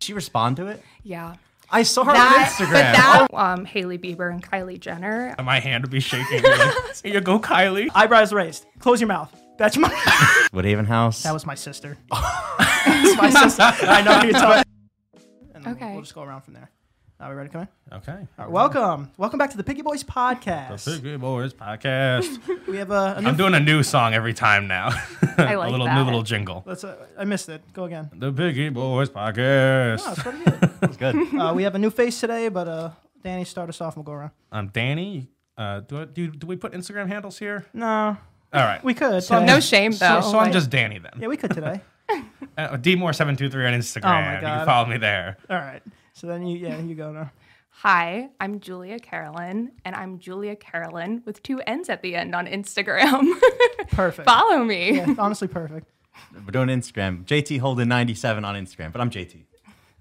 she respond to it? Yeah. I saw her That- on Instagram. But that, Oh. um, Haley Bieber and Kylie Jenner. My hand would be shaking. Like, Here you go, Kylie. Eyebrows raised. Close your mouth. That's my. Wood Haven House. that was my sister. That's my sister. I know who you're talking. And then Okay. We'll just go around from there. Are we ready to come in? Okay. All right, welcome, welcome back to the Piggy Boys podcast. The Good Boys podcast. We have a. a new, I'm doing a new song every time now. I like a little that. new little jingle. let's. Uh, I missed it. Go again. The Piggy Boys podcast. Oh, it's pretty good. was good. uh, we have a new face today, but uh, Danny, start us off and we'll go around. I'm Danny. Uh, do, I, do do we put Instagram handles here? No, All right. we could. So today. No shame so though. so I'm Like, just Danny then. Yeah, we could today. Uh, DMore723 on Instagram. You Oh God. can follow me there. All right. So then you, yeah, you go now. Hi, I'm Julia Carolyn, and I'm Julia Carolyn with two N's at the end on Instagram. Perfect. Follow me. Yeah, honestly, perfect. We're doing Instagram. JT Holden ninety seven on Instagram, but I'm JT.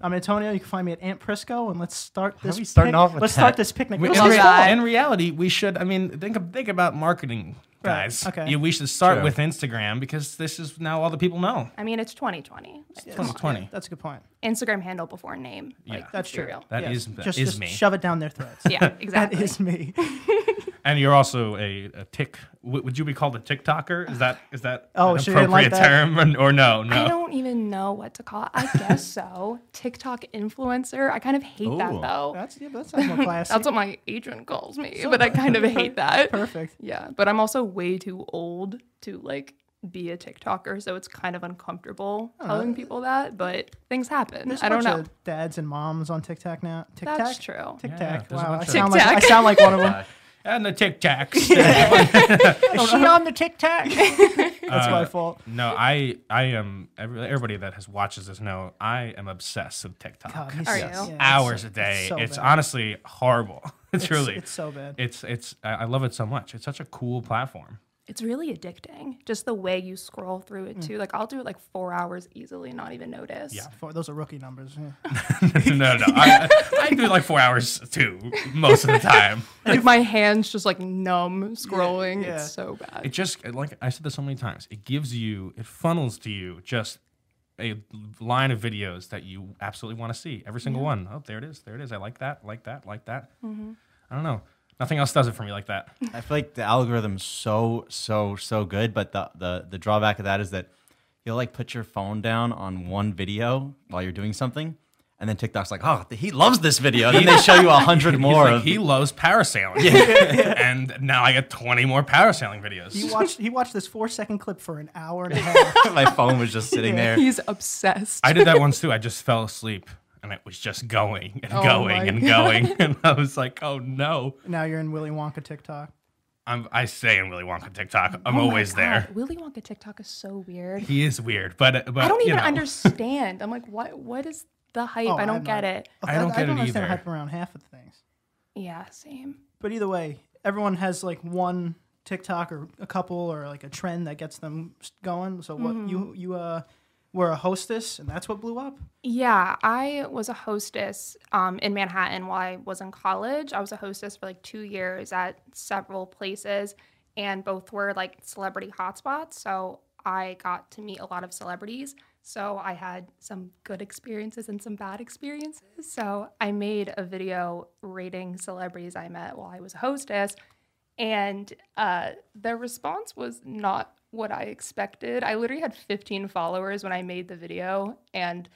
I'm Antonio. You can find me at Aunt Prisco, and let's start this. we starting pic- off with Let's that? start this picnic. We- Let's in, love start- that. in reality, we should. I mean, think of- think about marketing, Right, guys. okay. Yeah, we should start Sure. with Instagram because this is now all the people know. I mean, it's 2020. Like, come on. 2020. That's a good point. Instagram handle before name. Yeah. Like, That's let's be true. real. That Yes. is- that just, is just me. Shove it down their throats. Yeah, That exactly. is me. And you're also a, a tick. w- Would you be called a TikToker? Is that is that Oh, an she didn't like appropriate that. term or, or no? No. I don't even know what to call. I guess so. TikTok influencer. I kind of hate Ooh. that though. That's yeah, that sounds more classy. That's what my agent calls me, but I kind of hate that. Perfect. Yeah, but I'm also way too old to like be a TikToker, so it's kind of uncomfortable telling people that. But things happen. There's a I don't bunch know. of dads and moms on TikTok now. TikTok. That's true. Tic Yeah, Tac. there's a wow, I bunch of- sound, like, I Tic Tac. sound like one of them. And the Tic Tacs. Is she on the Tic Tac? That's my fault. Uh, no, I I am. every- Everybody that has watches this know I am obsessed with TikTok. God, me Are too. you? Oh, it's- Hours a day. It's, so bad. honestly horrible. It's, It's- really. It's so bad. it's it's I I love it so much. It's such a cool platform. It's really addicting, just the way you scroll through it too. Like I'll do it like four hours easily, and not even notice. Yeah. For- those are rookie numbers. yeah. no, no, I, I do like four hours too most of the time. Like my hands just like numb scrolling. yeah. It's so bad. It just like I said this so many times. It gives you, it funnels to you just a line of videos that you absolutely want to see. Every single one. Oh, there it is. There it is. I like that. Like that. Like that. Mm-hmm. I don't know. Nothing else does it for me like that. I feel like the algorithm's so so so good, but the the the drawback of that is that you'll like put your phone down on one video while you're doing something, and then TikTok's like, oh, he loves this video, and then they show you a hundred more. He's like, of, he loves parasailing. and now I get 20 more parasailing videos. He watched. He watched this four-second clip for an hour and a half. my phone was just sitting there. He's obsessed. I did that once too. I just fell asleep and it was just going and Oh my going and going. And I was like, oh no. now you're in Willy Wonka TikTok. I'm, I stay in Willy Wonka TikTok. Oh I'm my always there. God, Willy Wonka TikTok is so weird. He is weird, but but I don't you even know. understand. I'm like, what? What is the hype? Oh, I don't I'm get not- it. I don't I, get don't it understand either. hype around half of the things. Yeah, same. But either way, everyone has like one TikTok or a couple or like a trend that gets them s- going. So what Mm-hmm. you you uh were a hostess and that's what blew up. Yeah, I was a hostess um, in Manhattan while I was in college. I was a hostess for like two years at several places, and both were like celebrity hotspots. So I got to meet a lot of celebrities. So I had some good experiences and some bad experiences. So I made a video rating celebrities I met while I was a hostess, and uh, the response was not what I expected. I literally had 15 followers when I made the video, and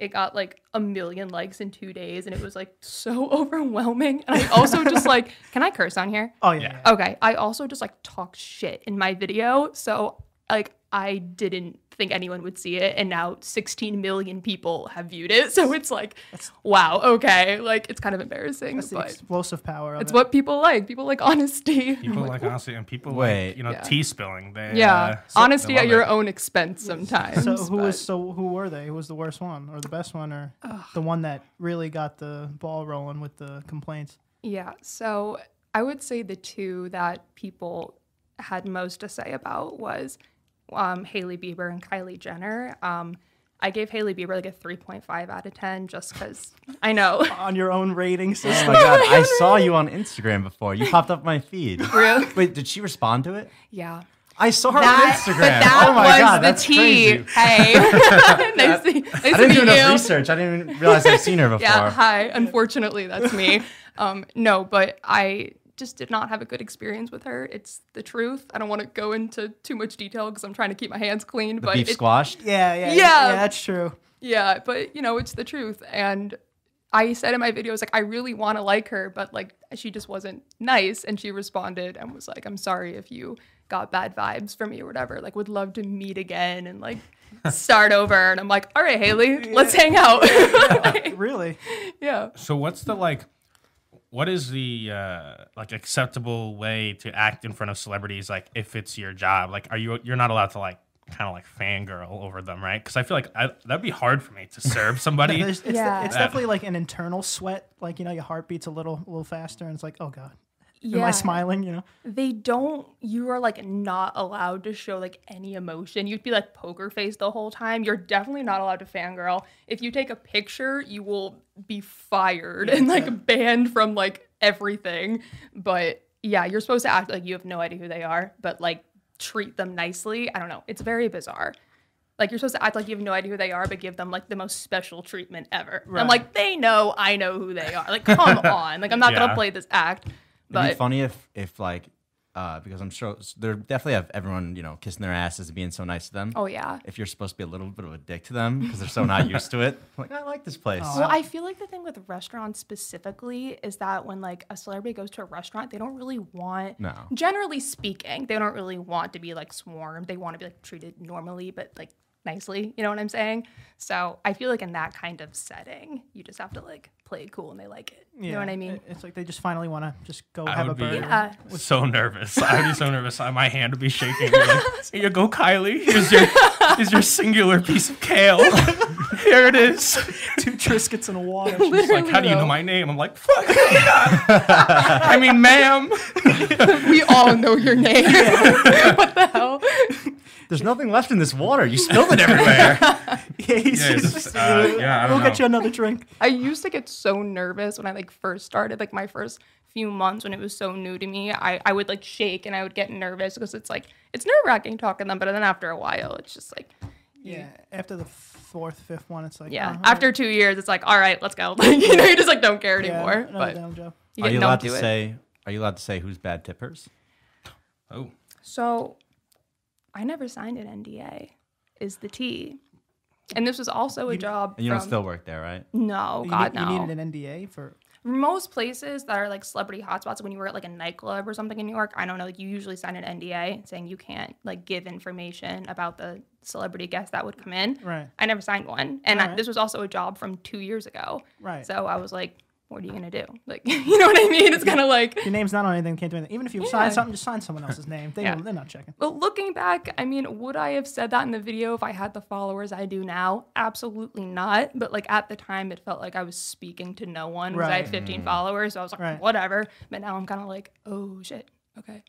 it got like a million likes in two days, and it was like so overwhelming. And I also just like, can I curse on here? Oh yeah. Yeah. yeah. Okay, I also just like talked shit in my video, so like I didn't think anyone would see it, and now 16 million people have viewed it. So it's like, wow, okay, like it's kind of embarrassing, That's the but explosive power of it's it. what people like. People like honesty. People like honestly, and people Wait. like you know Yeah. tea spilling. They, Yeah, uh, honesty they love at your it. own expense sometimes. so who but- was so who were they? Who was the worst one or the best one or the one that really got the ball rolling with the complaints? Yeah, so I would say the two that people had most to say about was um, Haley Bieber and Kylie Jenner. Um, I gave Haley Bieber like a 3.5 out of 10 just because I know. On your own rating Oh system. my god! I saw you on Instagram before. You popped up my feed. Really? Wait, did she respond to it? Yeah. I saw her That- on Instagram. But that oh my was God, the that's tea. crazy. Hey, nice, to, nice I to didn't do meet enough you. research. I didn't even realize I've seen her before. Yeah, hi. Unfortunately, that's me. Um, no, but I just did not have a good experience with her. It's the truth. I don't want to go into too much detail because I'm trying to keep my hands clean. the but beef it- squashed. Yeah, yeah, yeah, Yeah. yeah. That's true. yeah, but you know, it's the truth. And I said in my videos, like, I really want to like her, but like, she just wasn't nice. And she responded and was like, I'm sorry if you got bad vibes from me or whatever. Like, would love to meet again and like start over. And I'm like, all right, Haley, let's hang out. Like, Really? yeah. So what's the like? What is the uh, like acceptable way to act in front of celebrities? Like if it's your job, like are you you're not allowed to like kind of like fangirl over them, right? Because I feel like I, that'd be hard for me to serve somebody. There's- it's, Yeah. it's definitely like an internal sweat. Like you know, your heart beats a little, a little faster, and it's like, oh god, am I smiling? You know, they don't you are like not allowed to show like any emotion you'd be like poker face the whole time you're definitely not allowed to fangirl if you take a picture you will be fired and like banned from like everything but yeah you're supposed to act like you have no idea who they are but like treat them nicely i don't know it's very bizarre like you're supposed to act like you have no idea who they are but give them like the most special treatment ever i'm Right. like they know i know who they are like come on like i'm not Yeah. gonna play this act It'd be but funny if, if like, uh, because I'm sure they're definitely have everyone, you know, kissing their asses and being so nice to them. oh yeah If you're supposed to be a little bit of a dick to them because they're so not used to it, like I like this place. Aw. Well, Oh, I feel like the thing with restaurants specifically is that when like a celebrity goes to a restaurant, they don't really want. No. Generally speaking, they don't really want to be like swarmed. They want to be like treated normally, but like nicely. You know what I'm saying? So I feel like in that kind of setting, you just have to like play it cool and they like it. You know what I mean? Uh, It- It's like they just finally want to just go I have a would be burger. Yeah. so nervous. I'd be so nervous. I- My hand would be shaking. Be like, Here you go, Kylie. Here's your here's your singular piece of kale. Here it is. Two Triscuits and a water. She's like, Literally, how do you though. know my name? I'm like, fuck. I mean, ma'am. we all know your name. what the hell? There's nothing left in this water. You spilled it everywhere. yeah, he's Yeah, just- just, uh, yeah, I don't we'll know. get you another drink. I used to get so nervous when I like first started, like my first few months when it was so new to me. I, I would like shake and I would get nervous because it's like it's nerve wracking talking to them, but then after a while it's just like Yeah. After the fourth, fifth one, it's like yeah. oh, After two years it's like, all right, let's go. Like you know, you just like don't care yeah, anymore. another But damn job. you are can you don't allowed to do it. say? Are you allowed to say who's bad tippers? Oh, So I never signed an NDA is the T. And this was also a job. And you don't from- still work there, right? No, You, Oh, God, need- no. you needed an NDA for most places that are like celebrity hotspots when you were at like a nightclub or something in new york i don't know like you usually sign an nda saying you can't like give information about the celebrity guest that would come in right, i never signed one and I, Alright. this was also a job from two years ago right. so i was like what are you gonna do like you know what i mean it's kind of like Your name's not on anything. Can't do anything. Even if you Yeah. sign something, just sign someone else's name. They Yeah. will, they're not checking. But looking back, I mean, would I have said that in the video if I had the followers I do now? Absolutely not. But like at the time, it felt like I was speaking to no one because I had Right. 15 followers. So I was like, Right. whatever. But now I'm kind of like, oh shit. Okay.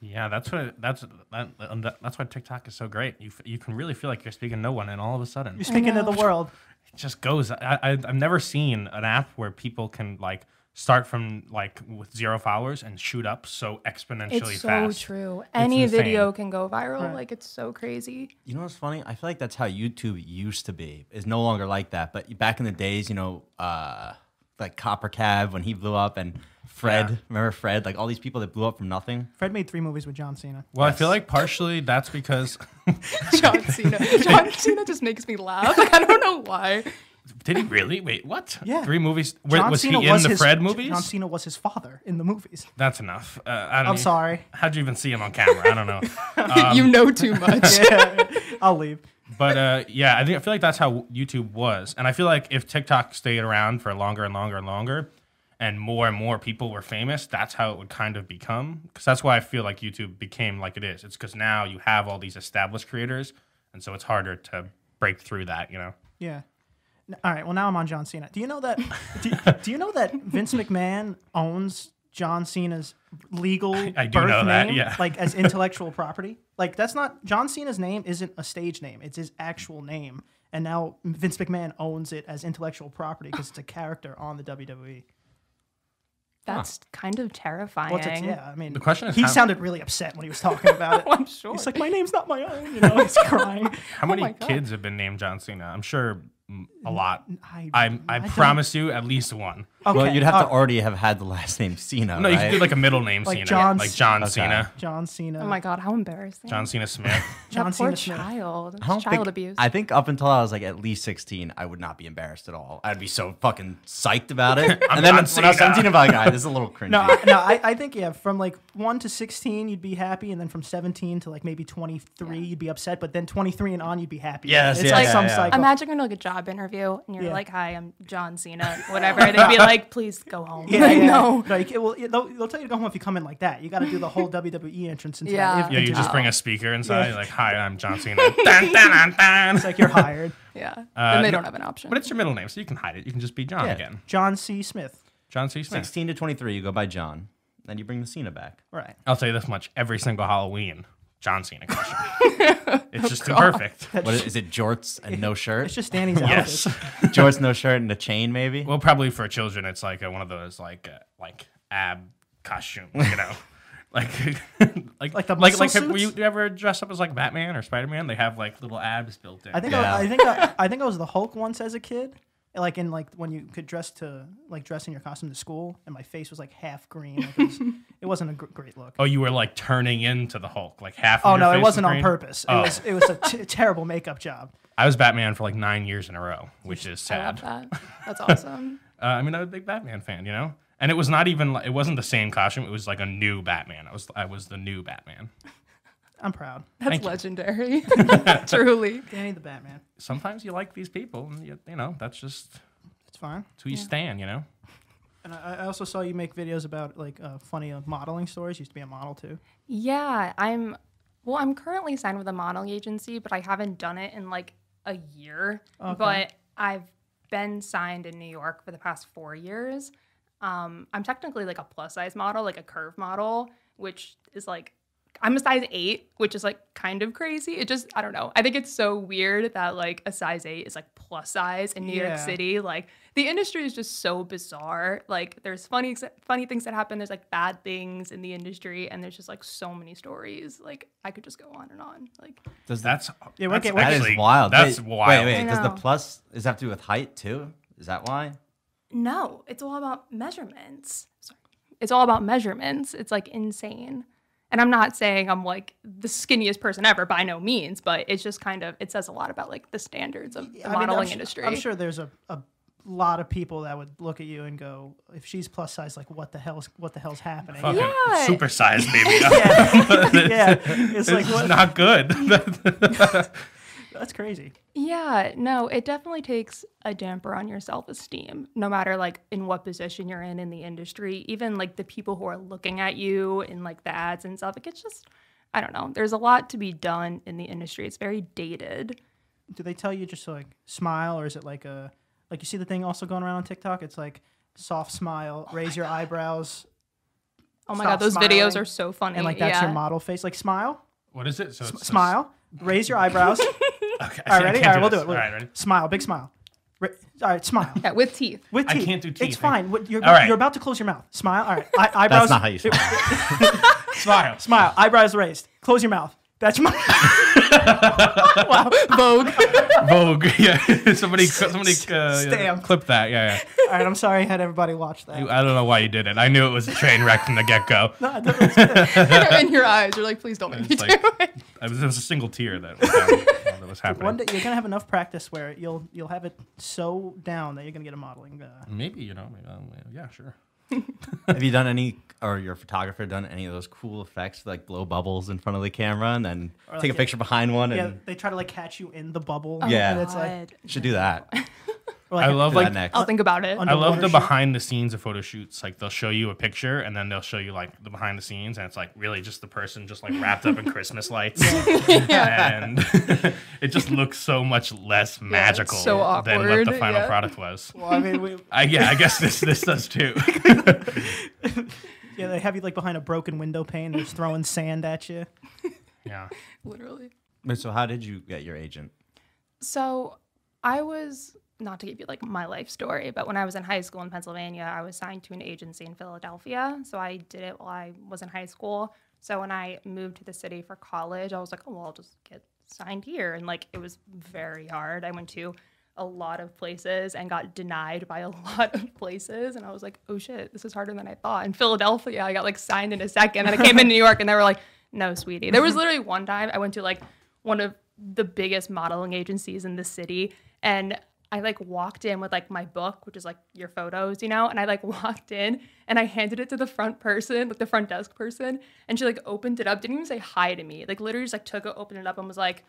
yeah. That's what. That's that, um, that- That's why TikTok is so great. You f- you can really feel like you're speaking to no one, and all of a sudden, You're speaking to the know. world. it just goes. I, I I've never seen an app where people can like start from like with zero followers and shoot up so exponentially It's so fast. true. Any insane. video can go viral. Right. Like it's so crazy. You know what's funny? I feel like that's how YouTube used to be. It's no longer like that. But back in the days, you know, uh, like Copper Cab when he blew up and Fred, remember Fred? Like all these people that blew up from nothing. Fred made three movies with John Cena. Well, I feel like partially that's because John Cena. John Cena just makes me laugh. Like I don't know why. did he really? Wait, what? Yeah. Three movies. Wait, John was Cena he in the his- Fred J- movies? John Cena was his father in the movies. That's enough. Uh, I don't I'm even- sorry. How'd you even see him on camera? I don't know. you know too much. Yeah, I'll leave. But uh, yeah, I think I feel like that's how YouTube was, and I feel like if TikTok stayed around for longer and longer and longer, and more and more people were famous, that's how it would kind of become. Because that's why I feel like YouTube became like it is. It's because now you have all these established creators, and so it's harder to break through that. You know, Yeah. N- All right. Well, now I'm on John Cena. Do you know that? do, do you know that Vince McMahon owns John Cena's legal I do birth know name, that, yeah. like as intellectual property? Like that's not John Cena's name. Isn't a stage name. It's his actual name. And now E. Vince McMahon owns it as intellectual property because it's a character on the WWE. That's kind of terrifying. What's it? Yeah, I mean, The question is he how- sounded really upset when he was talking about it. I'm sure. He's like, my name's not my own. You know, he's crying. How many my God. kids have been named John Cena? I'm sure mm, a lot. I- I'm, I I don't- promise you, at least one. Okay, well, you'd have all to already have had the last name Cena, No, you right? could do like a middle name Like Cena, John like C- John Okay. Cena, right. John Cena. oh my god, how embarrassing. John Cena Smith. John that poor Cena Smith. child. I don't Child think, abuse. I think up until I was like at least 16, I would not be embarrassed at all. I'd be so fucking psyched about it. and then when, when John I was Cena. 17, I'm like, "Ah, this is a little cringy. No, I, no, I, I think yeah. From like one to sixteen, you'd be happy, and then from seventeen to like maybe twenty three, you'd be upset. But then twenty three and on, you'd be happy. Yes, it's yeah, like yeah, some yeah. cycle. Imagine going to like a job interview and you're Yeah. like, "Hi, I'm John Cena," whatever. They'd be like, "Please go home." yeah, like, yeah. No. Like, it will, they'll, they'll tell you to go home if you come in like that. You got to do the whole WWE entrance. Into Yeah. that. If- yeah, you into- just bring a speaker inside, you're like, "Hi, I'm John Cena." Dun, dun, dun, dun. It's like you're hired. Yeah. Uh, then they no, don't have an option. But it's your middle name, so you can hide it. You can just be John Yeah. again. John C. Smith. John C. Smith. 16 to 23, you go by John. Then you bring the Cena back. Right. I'll tell you this much: every single Halloween, John Cena costume. Oh, it's just imperfect. What is, is it jorts and no It's shirt? just Danny's Yes. outfit. jorts, no shirt, and a chain maybe? Well, probably for children, it's like uh one of those like uh, like ab costume, you know, like like Like the like, muscle have- were you, suits? you ever dress up as like Batman or Spider Man? They have like little abs built in. I think Yeah. I, I think I, I think I was the Hulk once as a kid. Like in like when you could dress to like dress in your costume to school, and my face was like half green. Like it, was, it wasn't a gr- great look. oh, you were like turning into the Hulk, like half. of Oh your no, face it was wasn't on green. purpose. It Oh. was it was a t- terrible makeup job. I was Batman for like nine years in a row, which is I love sad. that. That's awesome. Uh, I mean, I'm a big Batman fan, you know. And it was not even like, it wasn't the same costume. It was like a new Batman. I was I was the new Batman. I'm proud. That's Thank you. legendary. Truly. Danny the Batman. Sometimes you like these people, and you, you know that's just It's fine. it's who you stand, you know. And I, I also saw you make videos about like uh, funny uh, modeling stories. You used to be a model too. Yeah, I'm well, I'm currently signed with a modeling agency, but I haven't done it in like a year. But I've been signed in New York for the past four years. Um, I'm technically like a plus size model, like a curve model, which is like I'm a size eight, which is like kind of crazy. It just I don't know. I think it's so weird that like a size eight is like plus size in New Yeah. York City. Like the industry is just so bizarre. Like there's funny ex- funny things that happen. There's like bad things in the industry, and there's just like so many stories. Like I could just go on and on. Like Does that, That's Yeah, we're that's get- we're that get- is actually- wild. That's wait, wild. Wait, wait. I Does the know. plus, does that have to do with height too? Is that why? no, it's all about measurements. Sorry. It's all about measurements. It's like insane. And I'm not saying I'm like the skinniest person ever by no means, but it's just kind of it says a lot about like the standards of the I mean, modeling I'm, su- industry. I'm sure there's a, a lot of people that would look at you and go, if she's plus size, like what the hell's what the hell's happening? Fucking Yeah. supersized baby. yeah, it's like This what, is not good. that's crazy. Yeah, no, it definitely takes a damper on your self esteem, no matter like in what position you're in in the industry, even like the people who are looking at you in like the ads and stuff. Like it's just, I don't know. There's a lot to be done in the industry. It's very dated. Do they tell you just to like smile, or is it like a like you see the thing also going around on TikTok? It's like soft smile, raise your eyebrows, Oh my god, Stop those videos smiling. are so funny. and like that's yeah. your model face. Like smile, what is it? So it's, smile, raise your eyebrows. Okay, All right, ready? All right, we'll do this. it. We'll- All right, ready? Smile, big smile. Ra- all right, smile. Yeah, with teeth. With I teeth. can't do It's teeth. fine. What- You're, All right. you're about to close your mouth. Smile. All right. Eye- eyebrows. That's not how you smile. Smile. Smile. Eyebrows raised. Close your mouth. That's my. wow. Vogue. Vogue. Yeah. somebody, somebody, uh, Stamp. clip that. Yeah, All right. I'm sorry I had everybody watch that. yeah. I don't know why you did it. I knew it was a train wreck from the get go. No, I thought it was good. in your eyes. You're like, please don't make me It's do like- it. There was, there was a single tear that was, down, that was happening. One day you're gonna have enough practice where you'll you'll have it so down that you're gonna get a modeling. Uh, Maybe you know. Maybe, um, yeah, sure. Have you done any, or your photographer done any of those cool effects, like blow bubbles in front of the camera and then like take a a- picture behind one? yeah, And they try to like catch you in the bubble. Hmm. Yeah. and it's like, God. should do that. Do or, like I love that like next. I'll think about it. under- I love underwater the shoot. behind the scenes of photo shoots. Like they'll show you a picture and then they'll show you like the behind the scenes, and it's like really just the person just like wrapped up in Christmas lights, and it just looks so much less magical so than what the awkward, final yeah. product was. Well, I mean, we, I, yeah, I guess this this does too. yeah, they have you like behind a broken window pane. They're just throwing sand at you. yeah, Literally. Wait, So, how did you get your agent? So I was not to give you like my life story, but when I was in high school in Pennsylvania, I was signed to an agency in Philadelphia. So I did it while I was in high school. So when I moved to the city for college, I was like, oh, well, I'll just get signed here. And like, it was very hard. I went to a lot of places and got denied by a lot of places. And I was like, oh shit, this is harder than I thought. In Philadelphia, I got like signed in a second. And I came in New York and they were like, no, sweetie. There was literally one time I went to like one of the biggest modeling agencies in the city. And I like walked in with like my book, which is like your photos, you know, and I like walked in and I handed it to the front person, like the front desk person, and she like opened it up, didn't even say hi to me. Like literally just like took it, opened it up and was like,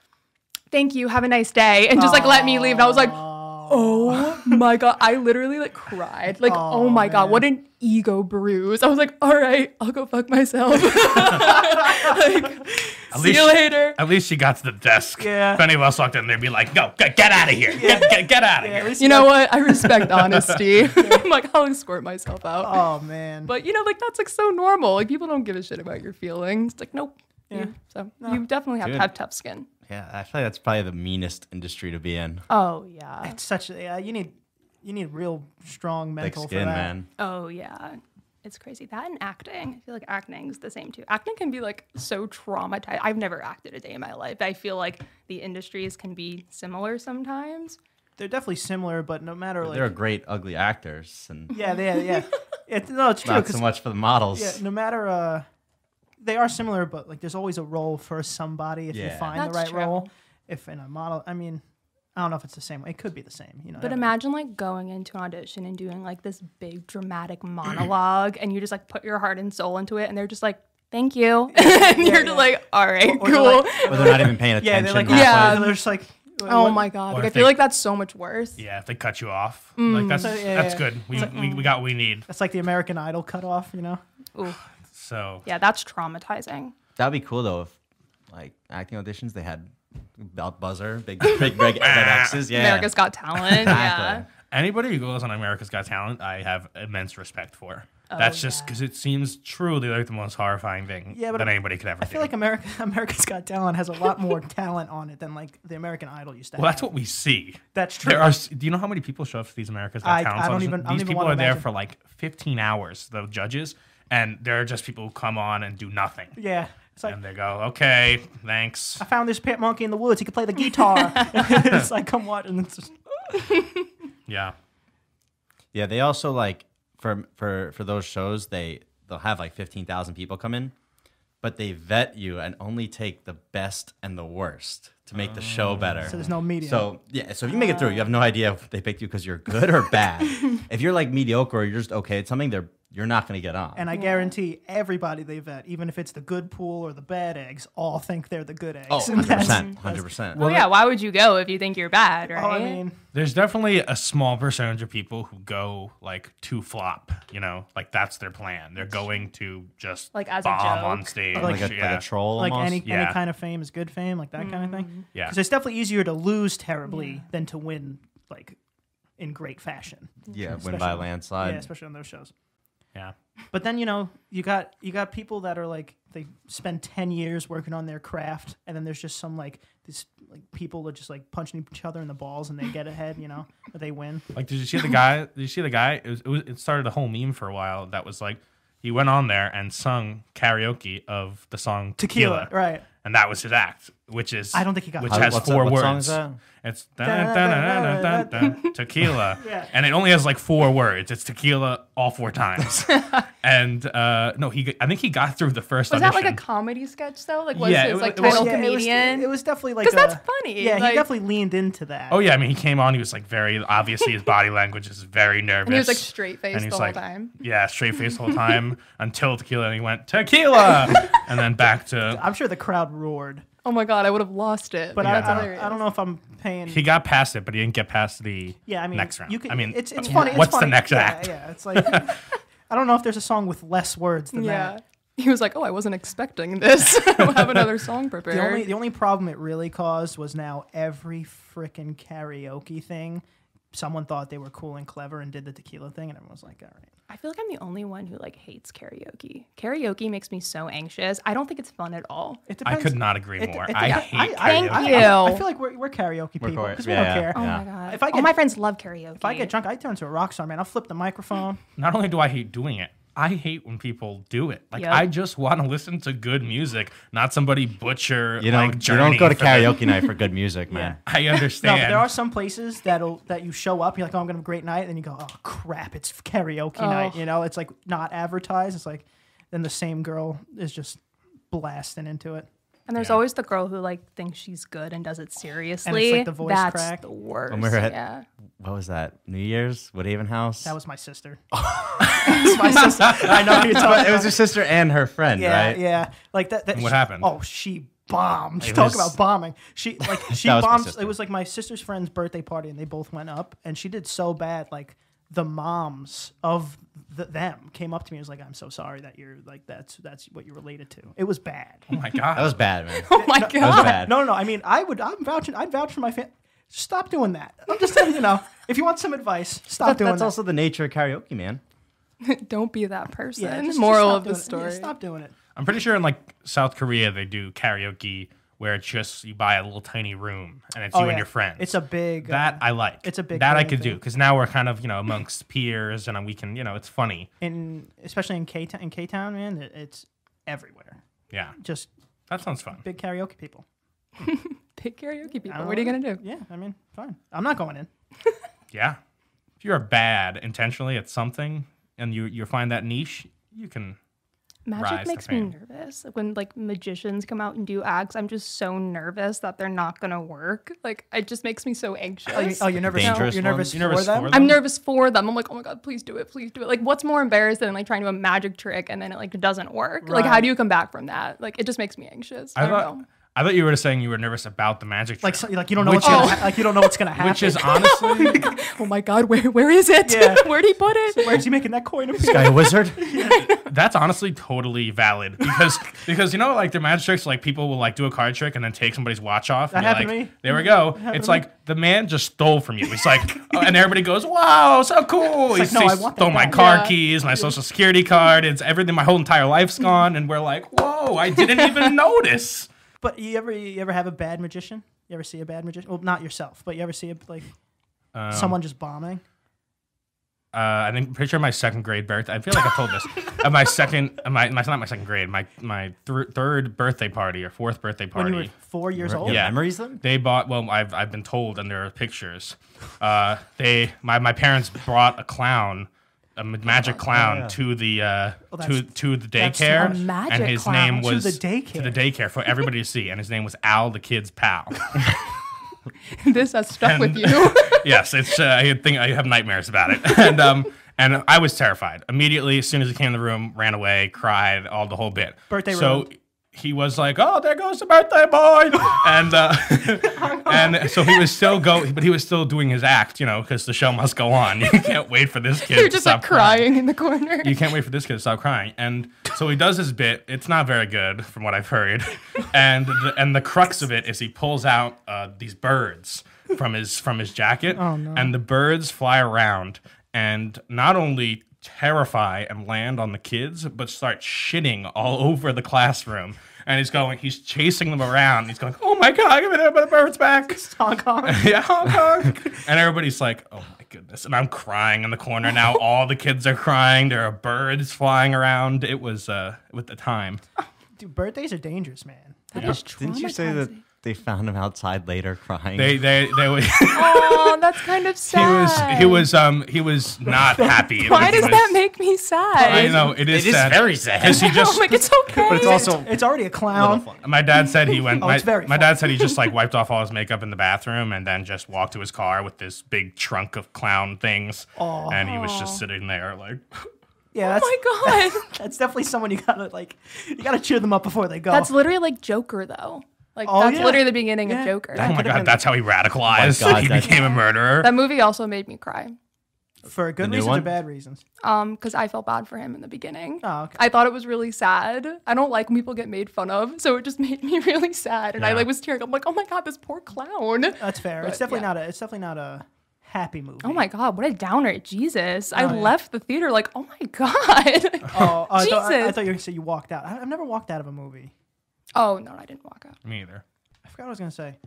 Thank you, have a nice day, and just like let me leave. And I was like, Oh my god. I literally like cried. Like, oh my god, what an ego bruise. I was like, all right, I'll go fuck myself. like, see least- you later. At least she got to the desk. Yeah. If any of us walked in, they'd be like, "Go, get, get out of here! Get, get, get out of Yeah, at here!" least You know what? I respect honesty. I'm like, I'll escort myself out. Oh man. But you know, like that's like so normal. Like people don't give a shit about your feelings. It's like nope. Yeah. You, so you definitely have Dude. to have tough skin. Yeah, I feel like that's probably the meanest industry to be in. Oh yeah. it's such a, yeah, you need you need real strong Thick mental skin, for that. man. Oh yeah. It's crazy. That and acting. I feel like acting is the same too. Acting can be like so traumatized. I've never acted a day in my life. I feel like the industries can be similar sometimes. They're definitely similar, but no matter like There are great ugly actors, and yeah, yeah, yeah. It's no, it's true. not 'cause so much for the models. Yeah, no matter uh they are similar, but like there's always a role for somebody if Yeah. you find That's the right true. role. If in a model, I mean, I don't know if it's the same. way. It could be the same, you know. But I- imagine like going into an audition and doing like this big dramatic monologue and you just like put your heart and soul into it and they're just like, Thank you. and you're just like, all right, or they're cool. like- But they're not even paying yeah, attention. they're like, halfway. Yeah. yeah, they're just like, Oh what- my god! Or Like, I if feel they- like that's so much worse. Yeah, if they cut you off, like that's Mm. So, yeah, that's yeah. good. We, we, we got what we need. That's like the American Idol cutoff, you know. Ooh, So yeah, that's traumatizing. That'd be cool though. If like acting auditions, they had belt buzzer, big big red, red X's. Yeah, America's Got Talent. yeah, Oh, Exactly. anybody who goes on America's Got Talent, I have immense respect for. Oh, that's just because it seems truly like the most horrifying thing Yeah, but that anybody could ever I feel like America, America's Got Talent has a lot more talent on it than like the American Idol used to. well, have. that's what we see. That's true. There are. s- Do you know how many people show up to these America's Got I- I Talent? don't auditions? even- I don't These even people wanna are there imagine. for like 15 hours. The judges, and there are just people who come on and do nothing, yeah, it's like and they go, "Okay, thanks." I found this pet monkey in the woods. He could play the guitar. it's like come watch, and it's just Yeah. Yeah, they also like for for for those shows they they'll have like fifteen thousand people come in, but they vet you and only take the best and the worst to make the show better. Oh. so there's no medium. So yeah, so if you make it through, you have no idea if they picked you because you're good or bad. if you're like mediocre or you're just okay at something, they're you're not gonna get on. And I guarantee everybody they vet, even if it's the good pool or the bad eggs, all think they're the good eggs. oh, And 100 that's- percent, hundred percent. oh yeah. Why would you go if you think you're bad, right? Oh, I mean, There's definitely a small percentage of people who go like to flop, you know, like that's their plan. They're going to just Like, as a bomb on joke. stage. Like, a, yeah. like a troll, like almost. Mm-hmm. any, Yeah. any kind of fame is good fame, like that kind of thing. Yeah. Because it's definitely easier to lose terribly than to win, like, in great fashion. yeah, win by a especially- landslide. yeah, especially on those shows. yeah. But then you know you got you got people that are like they spend ten years working on their craft, and then there's just some like these like people that just like punching each other in the balls and they get ahead, you know, or they win. Like, did you see the guy? Did you see the guy? It, was, it, was, it started a whole meme for a while that was like, he went on there and sung karaoke of the song Tequila. Tequila, right? And that was his act, which is I don't think he got which that. has What's that- four what words. song is that? It's dun- dun- dun- dun- dun- dun- tequila, and it only has like four words. It's tequila all four times. and uh, no, he I think he got through the first. was that audition. like a comedy sketch though? Like, was Yeah, his it like wa- it was- title Yeah, it was- It comedian? was, definitely like 'Cause that's a- funny, Yeah, like- he definitely leaned into that. Oh yeah, I mean he came on. He was like very obviously his body language is very nervous. and he was like straight And faced he's the whole like, time. yeah, straight face the whole time until tequila, and he went tequila, and then back to I'm sure the crowd roared, Oh my god, I would have lost it. but I, That's I, don't, hilarious. I don't know if I'm paying. he got past it, but he didn't get past the yeah, I mean, next round. You could, I mean, it's it's uh, funny. it's What's funny. the next yeah, act? Yeah, it's like I don't know if there's a song with less words than Yeah. that. He was like, "Oh, I wasn't expecting this. I don't have another song prepared." The only the only problem it really caused was now every freaking karaoke thing someone thought they were cool and clever and did the tequila thing, and everyone was like, all right. I feel like I'm the only one who like hates karaoke. Karaoke makes me so anxious. I don't think it's fun at all. It I could not agree It- more. it- I yeah, hate I- karaoke. I, Thank I- you. I feel like we're, we're karaoke We're people choreo- because we yeah, don't yeah. care. Oh Yeah. my god! If I all get- my friends love karaoke. If I get drunk, I turn into a rock star, man. I'll flip the microphone. Not only do I hate doing it, I hate when people do it. Like Yep. I just want to listen to good music, not somebody butcher. You don't, like, you don't Journey go to for them. karaoke night for good music, man. I No, understand. but there are some places that'll that you show up, you're like, oh, I'm gonna have a great night, and then you go, oh crap, it's karaoke night. Oh. You know, it's like not advertised. It's like then the same girl is just blasting into it. and there's Yeah. always the girl who like thinks she's good and does it seriously. the voice That's crack. the worst. When we were at- yeah. What was that? New Year's? Woodhaven House? That was my sister. That's my sister. I know who you're talking. But it was your sister and her friend, Yeah, right? yeah. Like that. that And what she- happened? Oh, she bombed. It Talk was- about bombing. She like she That was my bombed. sister. It was like my sister's friend's birthday party, and they both went up, and she did so bad. Like the moms of the, them came up to me and was like, "I'm so sorry that you're like that's that's what you're related to." It was bad. oh my god. That was bad, man. Oh my That was god! bad. No, no, no. I mean, I would. I'm vouching. I'd vouch for my family. Stop doing that. I'm just telling you know. If you want some advice, stop That- doing that's that. also the nature of karaoke, man. Don't be that person. Yeah, just- just Moral of stop the doing it. Yeah, story. stop doing it. I'm pretty sure in like South Korea they do karaoke where it's just you buy a little tiny room and it's you and your friends. Oh, It's a big. that I like. it's a big that I Korean could do thing. because now we're kind of you know amongst peers and we can you know it's funny. in especially in K in K Town, man, it, it's everywhere. Yeah, Just that sounds fun. big karaoke people. Pick karaoke I people. don't What are you know. gonna do? Yeah, I mean, fine. I'm not going in. Yeah, if you're bad intentionally at something and you you find that niche, you can. Magic rise to makes me fame. nervous. Like, When like magicians come out and do acts, I'm just so nervous that they're not gonna work. Like it just makes me so anxious. Oh, you, oh you're nervous. Dangerous You're nervous, ones. You're nervous for them. for them? I'm nervous for them. I'm like, oh my god, please do it, please do it. Like, what's more embarrassing than like trying to do a magic trick and then it like doesn't work? Like, how Right. do you come back from that? Like, it just makes me anxious. I, I don't thought know. I thought you were saying you were nervous about the magic trick, Like, so, like you don't know Which what's gonna, is- ha- like you don't know what's gonna happen. which is honestly Oh my god, where where is it? Yeah. Where'd he put it? where's he making that coin appear? Guy Wizard? That's honestly totally valid because because you know like their magic tricks like people will like do a card trick and then take somebody's watch off. and That you're happened like, to me. There we go. It's like the man just stole from you. He's like, oh, and everybody goes, "Wow, so cool!" It's He like, no, s- I want stole that my back. car Yeah. keys, my social security card. It's everything. My whole entire life's gone, and we're like, "Whoa, I didn't even notice." But you ever you ever have a bad magician? You ever see a bad magician? Well, not yourself, but you ever see a, like Um, someone just bombing? uh, I think pretty sure my second grade birthday. I feel like I told this. at my second, at my, my not my second grade, my my thir- third birthday party or fourth birthday party. When you were four years old. Your Yeah. memories then? They bought. Well, I've I've been told, and there are pictures. Uh, they my my parents brought a clown, a ma- magic clown, yeah. to the uh, Oh, that's- to to the that's daycare, not- A magic and his clown. name To was the daycare. to the daycare for everybody to see, and his name was Al, the kid's pal. this has stuck with And- you. yes, it's. Uh, I think I have nightmares about it, and um. And I was terrified immediately. As soon as he came in the room, ran away, cried, all the whole bit. Birthday So ruined. he was like, "Oh, there goes the birthday boy," and uh, and so he was still go, but he was still doing his act, you know, because the show must go on. You can't wait for this kid. You're to just stop like crying in the corner. you can't wait for this kid to stop crying. And so he does his bit. It's not very good, from what I've heard. And the, and the crux of it is he pulls out uh, these birds from his from his jacket, and the birds fly around and not only terrify and land on the kids, but start shitting all over the classroom. And he's going, he's chasing them around. He's going, oh my god, give me the birds back. Hong Kong. Yeah, Hong Kong. and everybody's like, oh my goodness. And I'm crying in the corner now. All the kids are crying. There are birds flying around. It was uh with the time. Dude, birthdays are dangerous, man. That is Didn't you say that traumatizing. they found him outside later crying? They they they were he Oh, that's kind of sad. was he was um he was not happy. It Why was- does it that was- make me I sad? know it is, It is sad. very sad. Oh Because he I'm just like, it's okay. but it's also It's already a little clown. funny. my dad said he went Oh, my, it's very my dad said he just like wiped off all his makeup in the bathroom and then just walked to his car with this big trunk of clown things Aw. and he was just sitting there like Yeah, Oh that's my god. that's definitely someone you gotta like. You gotta cheer them up before they go. That's literally like Joker, though. Like Oh, that's yeah. literally the beginning Yeah. of Joker. That- oh my could've god been- that's how he radicalized God, he that's- became a murderer That movie also made me cry, for good new reasons or one? bad reasons. um, because I felt bad for him in the beginning. Oh, okay. I thought it was really sad. I don't like when people get made fun of, so it just made me really sad, and I Yeah. like was tearing. up. I'm like, oh my god, this poor clown. That's fair. it's But, definitely yeah. not a. It's definitely not a happy movie. Oh my god, what a downer. Jesus. I Oh, yeah. left the theater like, oh my god. Oh, I, Thought, I, I Jesus. thought you were gonna say you walked out. I, I've never walked out of a movie. oh no, I didn't walk out. Me either. I forgot what I was gonna say.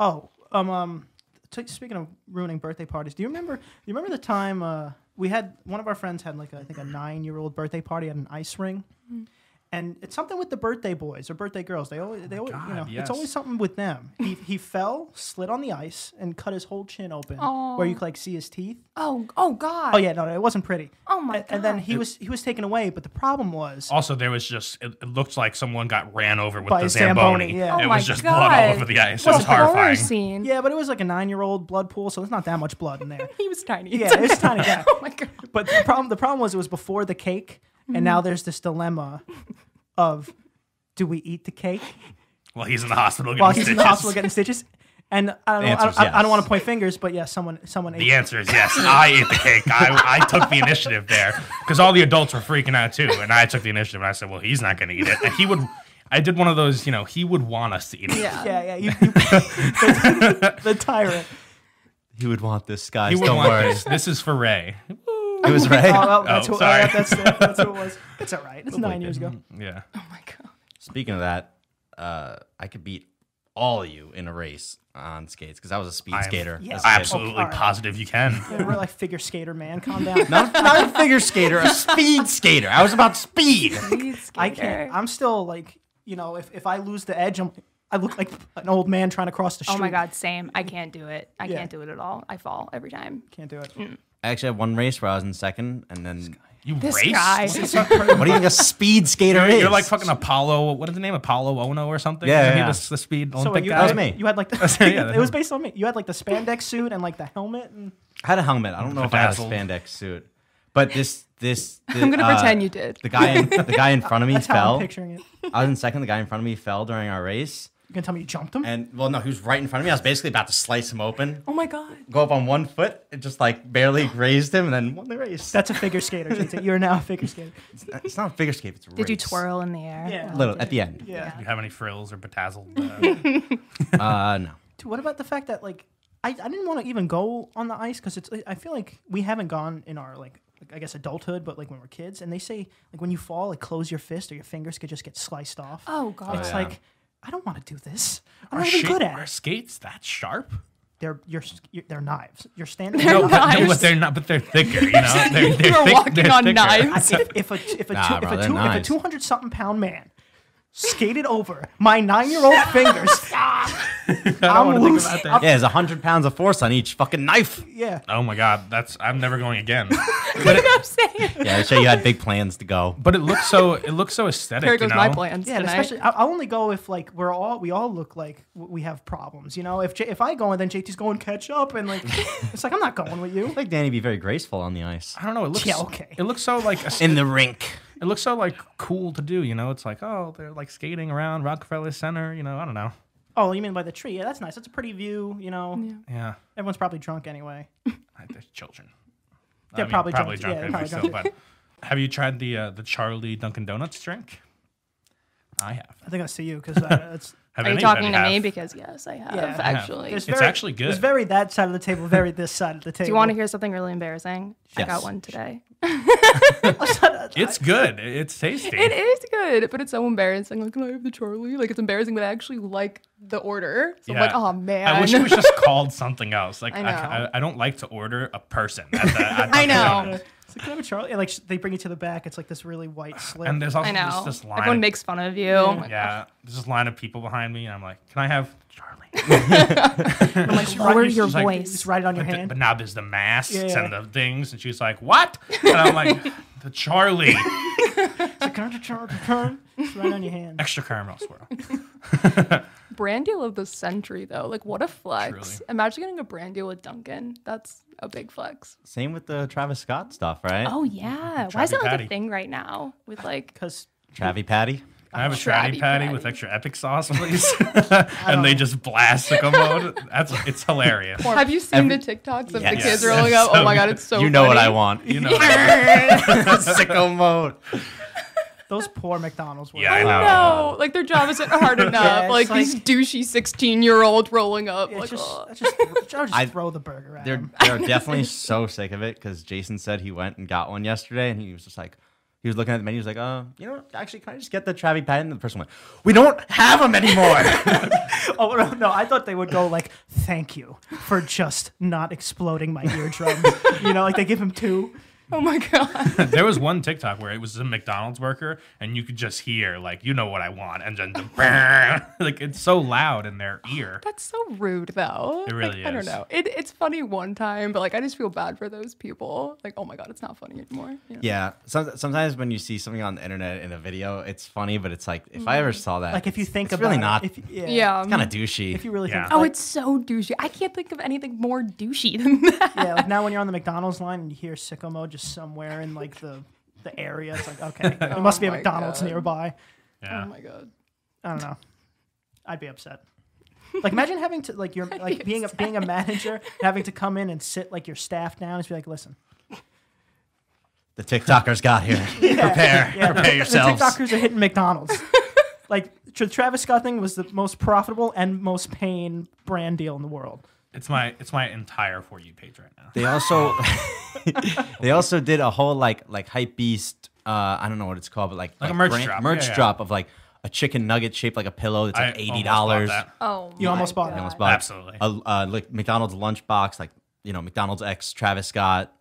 Oh, um, um, t- speaking of ruining birthday parties, do you remember? You remember the time uh, we had one of our friends had like I think a nine-year-old birthday party at an ice ring, Mm-hmm. and it's something with the birthday boys or birthday girls. They always, they always, you God, know, yes. it's always something with them. He he fell, slid on the ice, and cut his whole chin open, where you could like see his teeth. Oh oh god. Oh yeah, no, no, it wasn't pretty. Oh, my And, and then God. he was he was taken away, but the problem was Also, there was just it, it looked like someone got ran over with By the a Zamboni, zamboni. yeah. Oh It my was just god. blood all over the ice. It What was a horror horrifying. scene. yeah, but it was like a nine-year-old blood pool, so there's not that much blood in there. He was tiny. Yeah, it's tiny guy. oh my god. But the problem the problem was it was before the cake, and Mm-hmm. now there's this dilemma of do we eat the cake Well, he's in the hospital getting while he's in the stitches. hospital getting stitches? And I don't, know, I, answer's don't I, I yes. don't want to point fingers, but yeah, someone someone ate. The answer is yes. I ate the cake. I, I took the initiative there because all the adults were freaking out too, and I took the initiative. And I said, "Well, he's not going to eat it." And he would. I did one of those. You know, he would want us to eat it. Yeah. Yeah, yeah, you, you, the, the tyrant. He would want this, He guys. would Don't want worry. this. This is for Ray. It was Ray. Oh, well, that's, Oh, what, sorry. that's, that's, that's what it was. It's all right. It's nine years ago. Yeah. Oh my god. Speaking of that, uh, I could beat all of you in a race on skates because I was a speed I am- skater. yeah, as a I kid. Oh, Absolutely alright. positive you can. Yeah, we're like figure skater, man. Calm down. Not, not a figure skater, a speed skater. I was about speed. Please, I can't. eh. I'm still like, you know, if, if I lose the edge, I'm, I look like an old man trying to cross the street. Oh my god, same. I can't do it. I Yeah. can't do it at all. I fall every time. Can't do it. Mm. I actually had one race where I was in second, and then You This race. guy. what do you think a speed skater You're, is? you're like fucking Apollo. What is the name? Apollo Ono or something? Yeah, Isn't yeah, he yeah. The, the speed So Olympic wait, you, guy. was had- me. you had like the Sorry, yeah, it was based on me. You had like the spandex suit and like the helmet and I had a helmet. I don't know if I had a Bedazzled. spandex suit, but this this. I'm gonna the, uh, pretend you did. The guy in, the guy in front of me that's how I'm fell. picturing it. You I was in second. The guy in front of me fell during our race, can tell me you jumped him. and well, no, he was right in front of me. I was basically about to slice him open, Oh my god. go up on one foot, and just like barely grazed him, and then won the race. That's a figure skater. JT. You're now a figure skater. it's, it's not a figure skate. It's a Did you race. twirl in the air? Yeah. Little at the end. Yeah. You have any frills or bedazzled? Uh, Uh, no. Dude, what about the fact that like I, I didn't want to even go on the ice because it's I feel like we haven't gone in our like, like, I guess adulthood, but like when we're kids, and they say like when you fall, like close your fist or your fingers could just get sliced off. Oh god. it's yeah. like I don't want to do this. I'm are not even sha- good at Are it. skates that sharp? They're your they're knives. You're standing. They're No, but, no, Knives. but they're not. But they're thicker. You know, they're, they're You're thick- walking they're on thicker. I knives. think if a if a, Nah, two, bro, if a, they're two, if a knives. 200 something pound man skated over my nine year old fingers, I'm think loose. about that. I'm- Yeah, there's a hundred pounds of force on each fucking knife. yeah. Oh my god, that's I'm never going again. I'm saying. Yeah, I'm sure you had big plans to go. But it looks so it looks so aesthetic. There you goes know? my plans Yeah, and tonight. especially I- I'll only go if like we're all we all look like w- we have problems, you know. If J- if I go and then JT's going catch up and like it's like I'm not going with you. I think Danny be very graceful on the ice. I don't know. It looks Yeah, okay. It looks so like aes- In the rink. it looks so like cool to do. You know, it's like oh they're like skating around Rockefeller Center. You know, I don't know. Oh, you mean by the tree? Yeah, that's nice. That's a pretty view, you know. Yeah, Everyone's probably drunk anyway. I- there's children. I They're mean, probably probably drunk, drunk. yeah, maybe probably still, but have you tried the uh, the Charlie Dunkin' Donuts drink? I have. I think I see you because uh, it's have Are you anybody talking to have? me? Because yes, I have Yeah. I have. actually. there's Do It's very- actually good. There's very that side of the table, very this side of the table. you want to hear something really embarrassing? I got Yes. one today. It's good. It's tasty. It is good, but it's so embarrassing. Like, can I have the Charlie? Like, it's embarrassing, but I actually like the order. So I'm like, oh man. I wish it was just called something else. Like I I, know. I, I don't like to order a person. At the, at I Dunkin' know. Donuts. It's like, can I have a Charlie? And like sh- they bring you to the back. It's like this really white slip. And there's also I know. This, this line. Everyone of- makes fun of you. I'm like, yeah, there's this line of people behind me, and I'm like, "Can I have Charlie?" I'm like, Lower write- your she's like- voice. Just write it on your But, th- hand. but now there's the masks Yeah. and the things, and she's like, "What?" And I'm like, "The Charlie It's like, turn, turn, turn. Just write it on your hand. extra caramel swirl." brand deal of the century, though. Like, what a flex. Truly. Imagine getting a brand deal with Duncan. That's a big flex. Same with the Travis Scott stuff, right? Oh, yeah. Why is that Travi like Mm-hmm. Patty. a thing right now with like. Because Travi Patty. I have a Shratty Shratty patty Patty. with extra epic sauce, please. and they just blast the commode. That's it's hilarious. Have you seen Every- the TikToks of the Yes. kids rolling That's up? oh so my god, good. it's so you know what funny. I want. You know, Sicko mode. Those poor McDonald's workers. Yeah, I know. No, like their job isn't hard enough. it's like, like- these douchey sixteen-year-old rolling up. Yeah, like, oh, "Ugh." just, I just, I would just Oh I- throw the burger at They're them. they're definitely so sick of it because Jason said he went and got one yesterday and he was just like he was looking at the menu. He was like, uh, you know, actually, can I just get the Travi Patton? And the person went, we don't have them anymore. Oh no, no, I thought they would go like, "Thank you for just not exploding my eardrums." you know, like they give him two. oh my god. there was one TikTok where it was a McDonald's worker, and you could just hear like, you know what I want, and then the like it's so loud in their ear. That's so rude, though. It really like, I don't is. know. It, it's funny one time, but like I just feel bad for those people. Like, oh my god, it's not funny anymore. you know? yeah. Some, sometimes when you see something on the internet in a video, it's funny, but it's like if I ever saw that, Mm-hmm. Like if you it's- think it's about really it, not. if, yeah, Yeah. it's kind of douchey. If you really Yeah. think, Oh, like- it's so douchey. I can't think of anything more douchey than that. yeah. Like now, when you're on the McDonald's line and you hear sicko mode just somewhere in like the the area, it's like, okay, there must Oh be a my McDonald's God. nearby. Yeah. Oh my god. I don't know. I'd be upset. Like imagine having to like you're like being a, being a manager having to come in and sit like your staff down and just be like, listen, the TikTokers got here. Prepare, prepare yourselves. The TikTokers are hitting McDonald's. like Tra- Travis Scott thing was the most profitable and most paying brand deal in the world. It's my it's my entire for you page right now. They also they also did a whole like like hype beast uh I don't know what it's called, but like Like a merch brand- drop. merch Yeah, yeah. drop of like a chicken nugget shaped like a pillow that's I like eighty almost dollars. bought that. Oh, You my almost bought it. God. Almost bought Absolutely. a uh, like McDonald's lunchbox, like you know McDonald's X Travis Scott.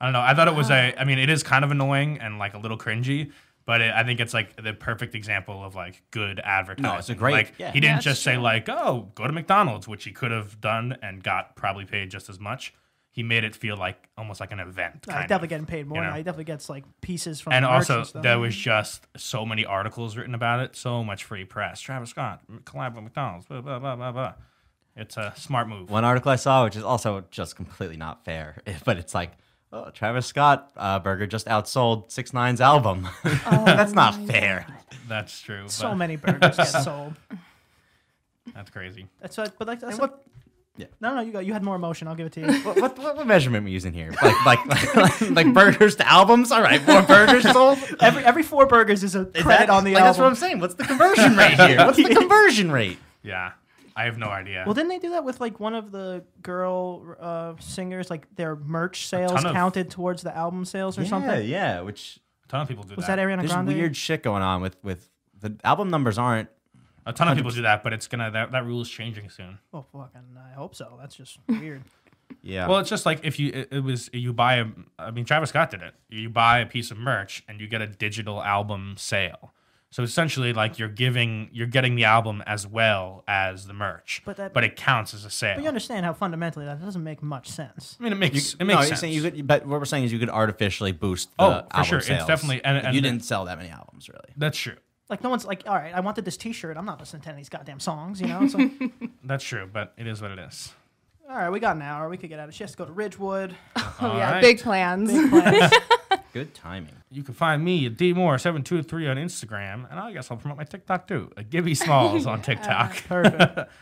I don't know. I thought it was a. I mean, it is kind of annoying and like a little cringy, but it, I think it's like the perfect example of like good advertising. No, it's a great- Like yeah. he didn't That's just say like, "Oh, go to McDonald's," which he could have done and got probably paid just as much. He made it feel like almost like an event. Like, Kind Uh, definitely of. getting paid more. you and know? I definitely gets like pieces from And the merch also, stuff. there was just so many articles written about it, so much free press. Travis Scott collab with McDonald's. Blah blah blah blah blah. It's a smart move. One article I saw, which is also just completely not fair, but it's like. Oh, Travis Scott uh, burger just outsold Six Nine's album. That's not fair. That's true. But so many burgers get sold. That's crazy. That's what, but like that's And like- what- Yeah. No, no, you got you had more emotion. I'll give it to you. What, what, what measurement are we using here? Like like, like like burgers to albums? All right, more burgers sold. every every four burgers is a Is credit that- on the like, That's what album. I'm saying. What's the conversion rate here? What's the conversion rate? Yeah, I have no idea. well, didn't they do that with like one of the girl uh, singers? Like their merch sales ton of- counted towards the album sales or Yeah, something. yeah. Which a ton of people do Was that that Ariana there's Grande? weird shit going on with with the album numbers aren't. A ton of people do that, but it's gonna that, that rule is changing soon. Oh fucking! I hope so. That's just weird. Yeah. Well, it's just like if you it, it was you buy a I mean Travis Scott did it. You buy a piece of merch and you get a digital album sale. So essentially, like you're giving you're getting the album as well as the merch, But but, that- it counts as a sale. But you understand how fundamentally that doesn't make much sense. I mean, it makes it no, makes you're sense. saying you could, but what we're saying is you could artificially boost. The Oh, for album sure. It's sales. definitely- and- Like, and you the- didn't sell that many albums really. That's true. Like no one's like, all right, I wanted this T-shirt. I'm not listening to any of these goddamn songs, you know. So, all That's true. But it is what it is. right, we got an hour. We could get out of. She has to go to Ridgewood. Oh All yeah, right. big plans. Plans. Good timing. You can find me at dmore723 on Instagram, and I guess I'll promote my TikTok too. Uh, Gibby Smalls on Uh, TikTok. Perfect.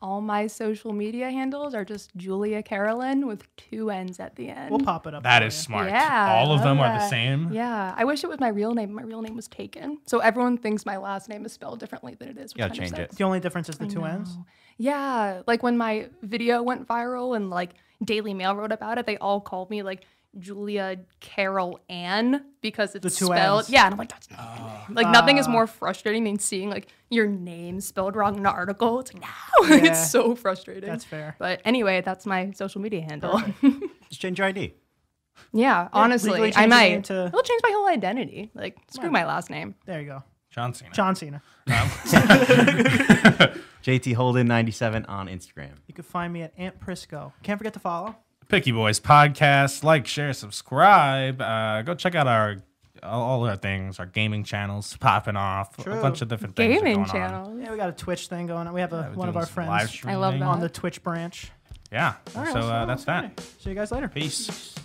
All my social media handles are just Julia Carolyn with two N's at the end. We'll pop it up. That for is you. smart. Yeah, I All of love them are the that. same. Yeah, I wish it was my real name. My real name was taken, so everyone thinks my last name is spelled differently than it is. which Gotta kind of change sucks. it. The only difference is the two ends. Yeah, like when my video went viral and like Daily Mail wrote about it, they all called me like Julia Carol Ann because it's The two spelled. Ns. Ah. Yeah, and I'm like, that's not my name. like nothing is more frustrating than seeing like your name spelled wrong in an article. It's like no, Yeah. it's so frustrating. That's fair. But anyway, that's my social media handle. Just change your ID. yeah, legally honestly, change I your name might. to- It'll change my whole identity. Like screw my last name. There you go. John Cena. John Cena. JT Holden ninety seven on Instagram. You can find me at Aunt Prisco. Can't forget to follow. Picky Boys podcast. Like, share, subscribe. Uh, go check out our all, all our things, our gaming channels popping off. True. A bunch of different things. are Gaming going on. channel. Yeah, we got a Twitch thing going on. We have a, We're one of doing our some live friends streaming. I love that. on the Twitch branch. Yeah. so uh, that's that. See you guys later. Peace.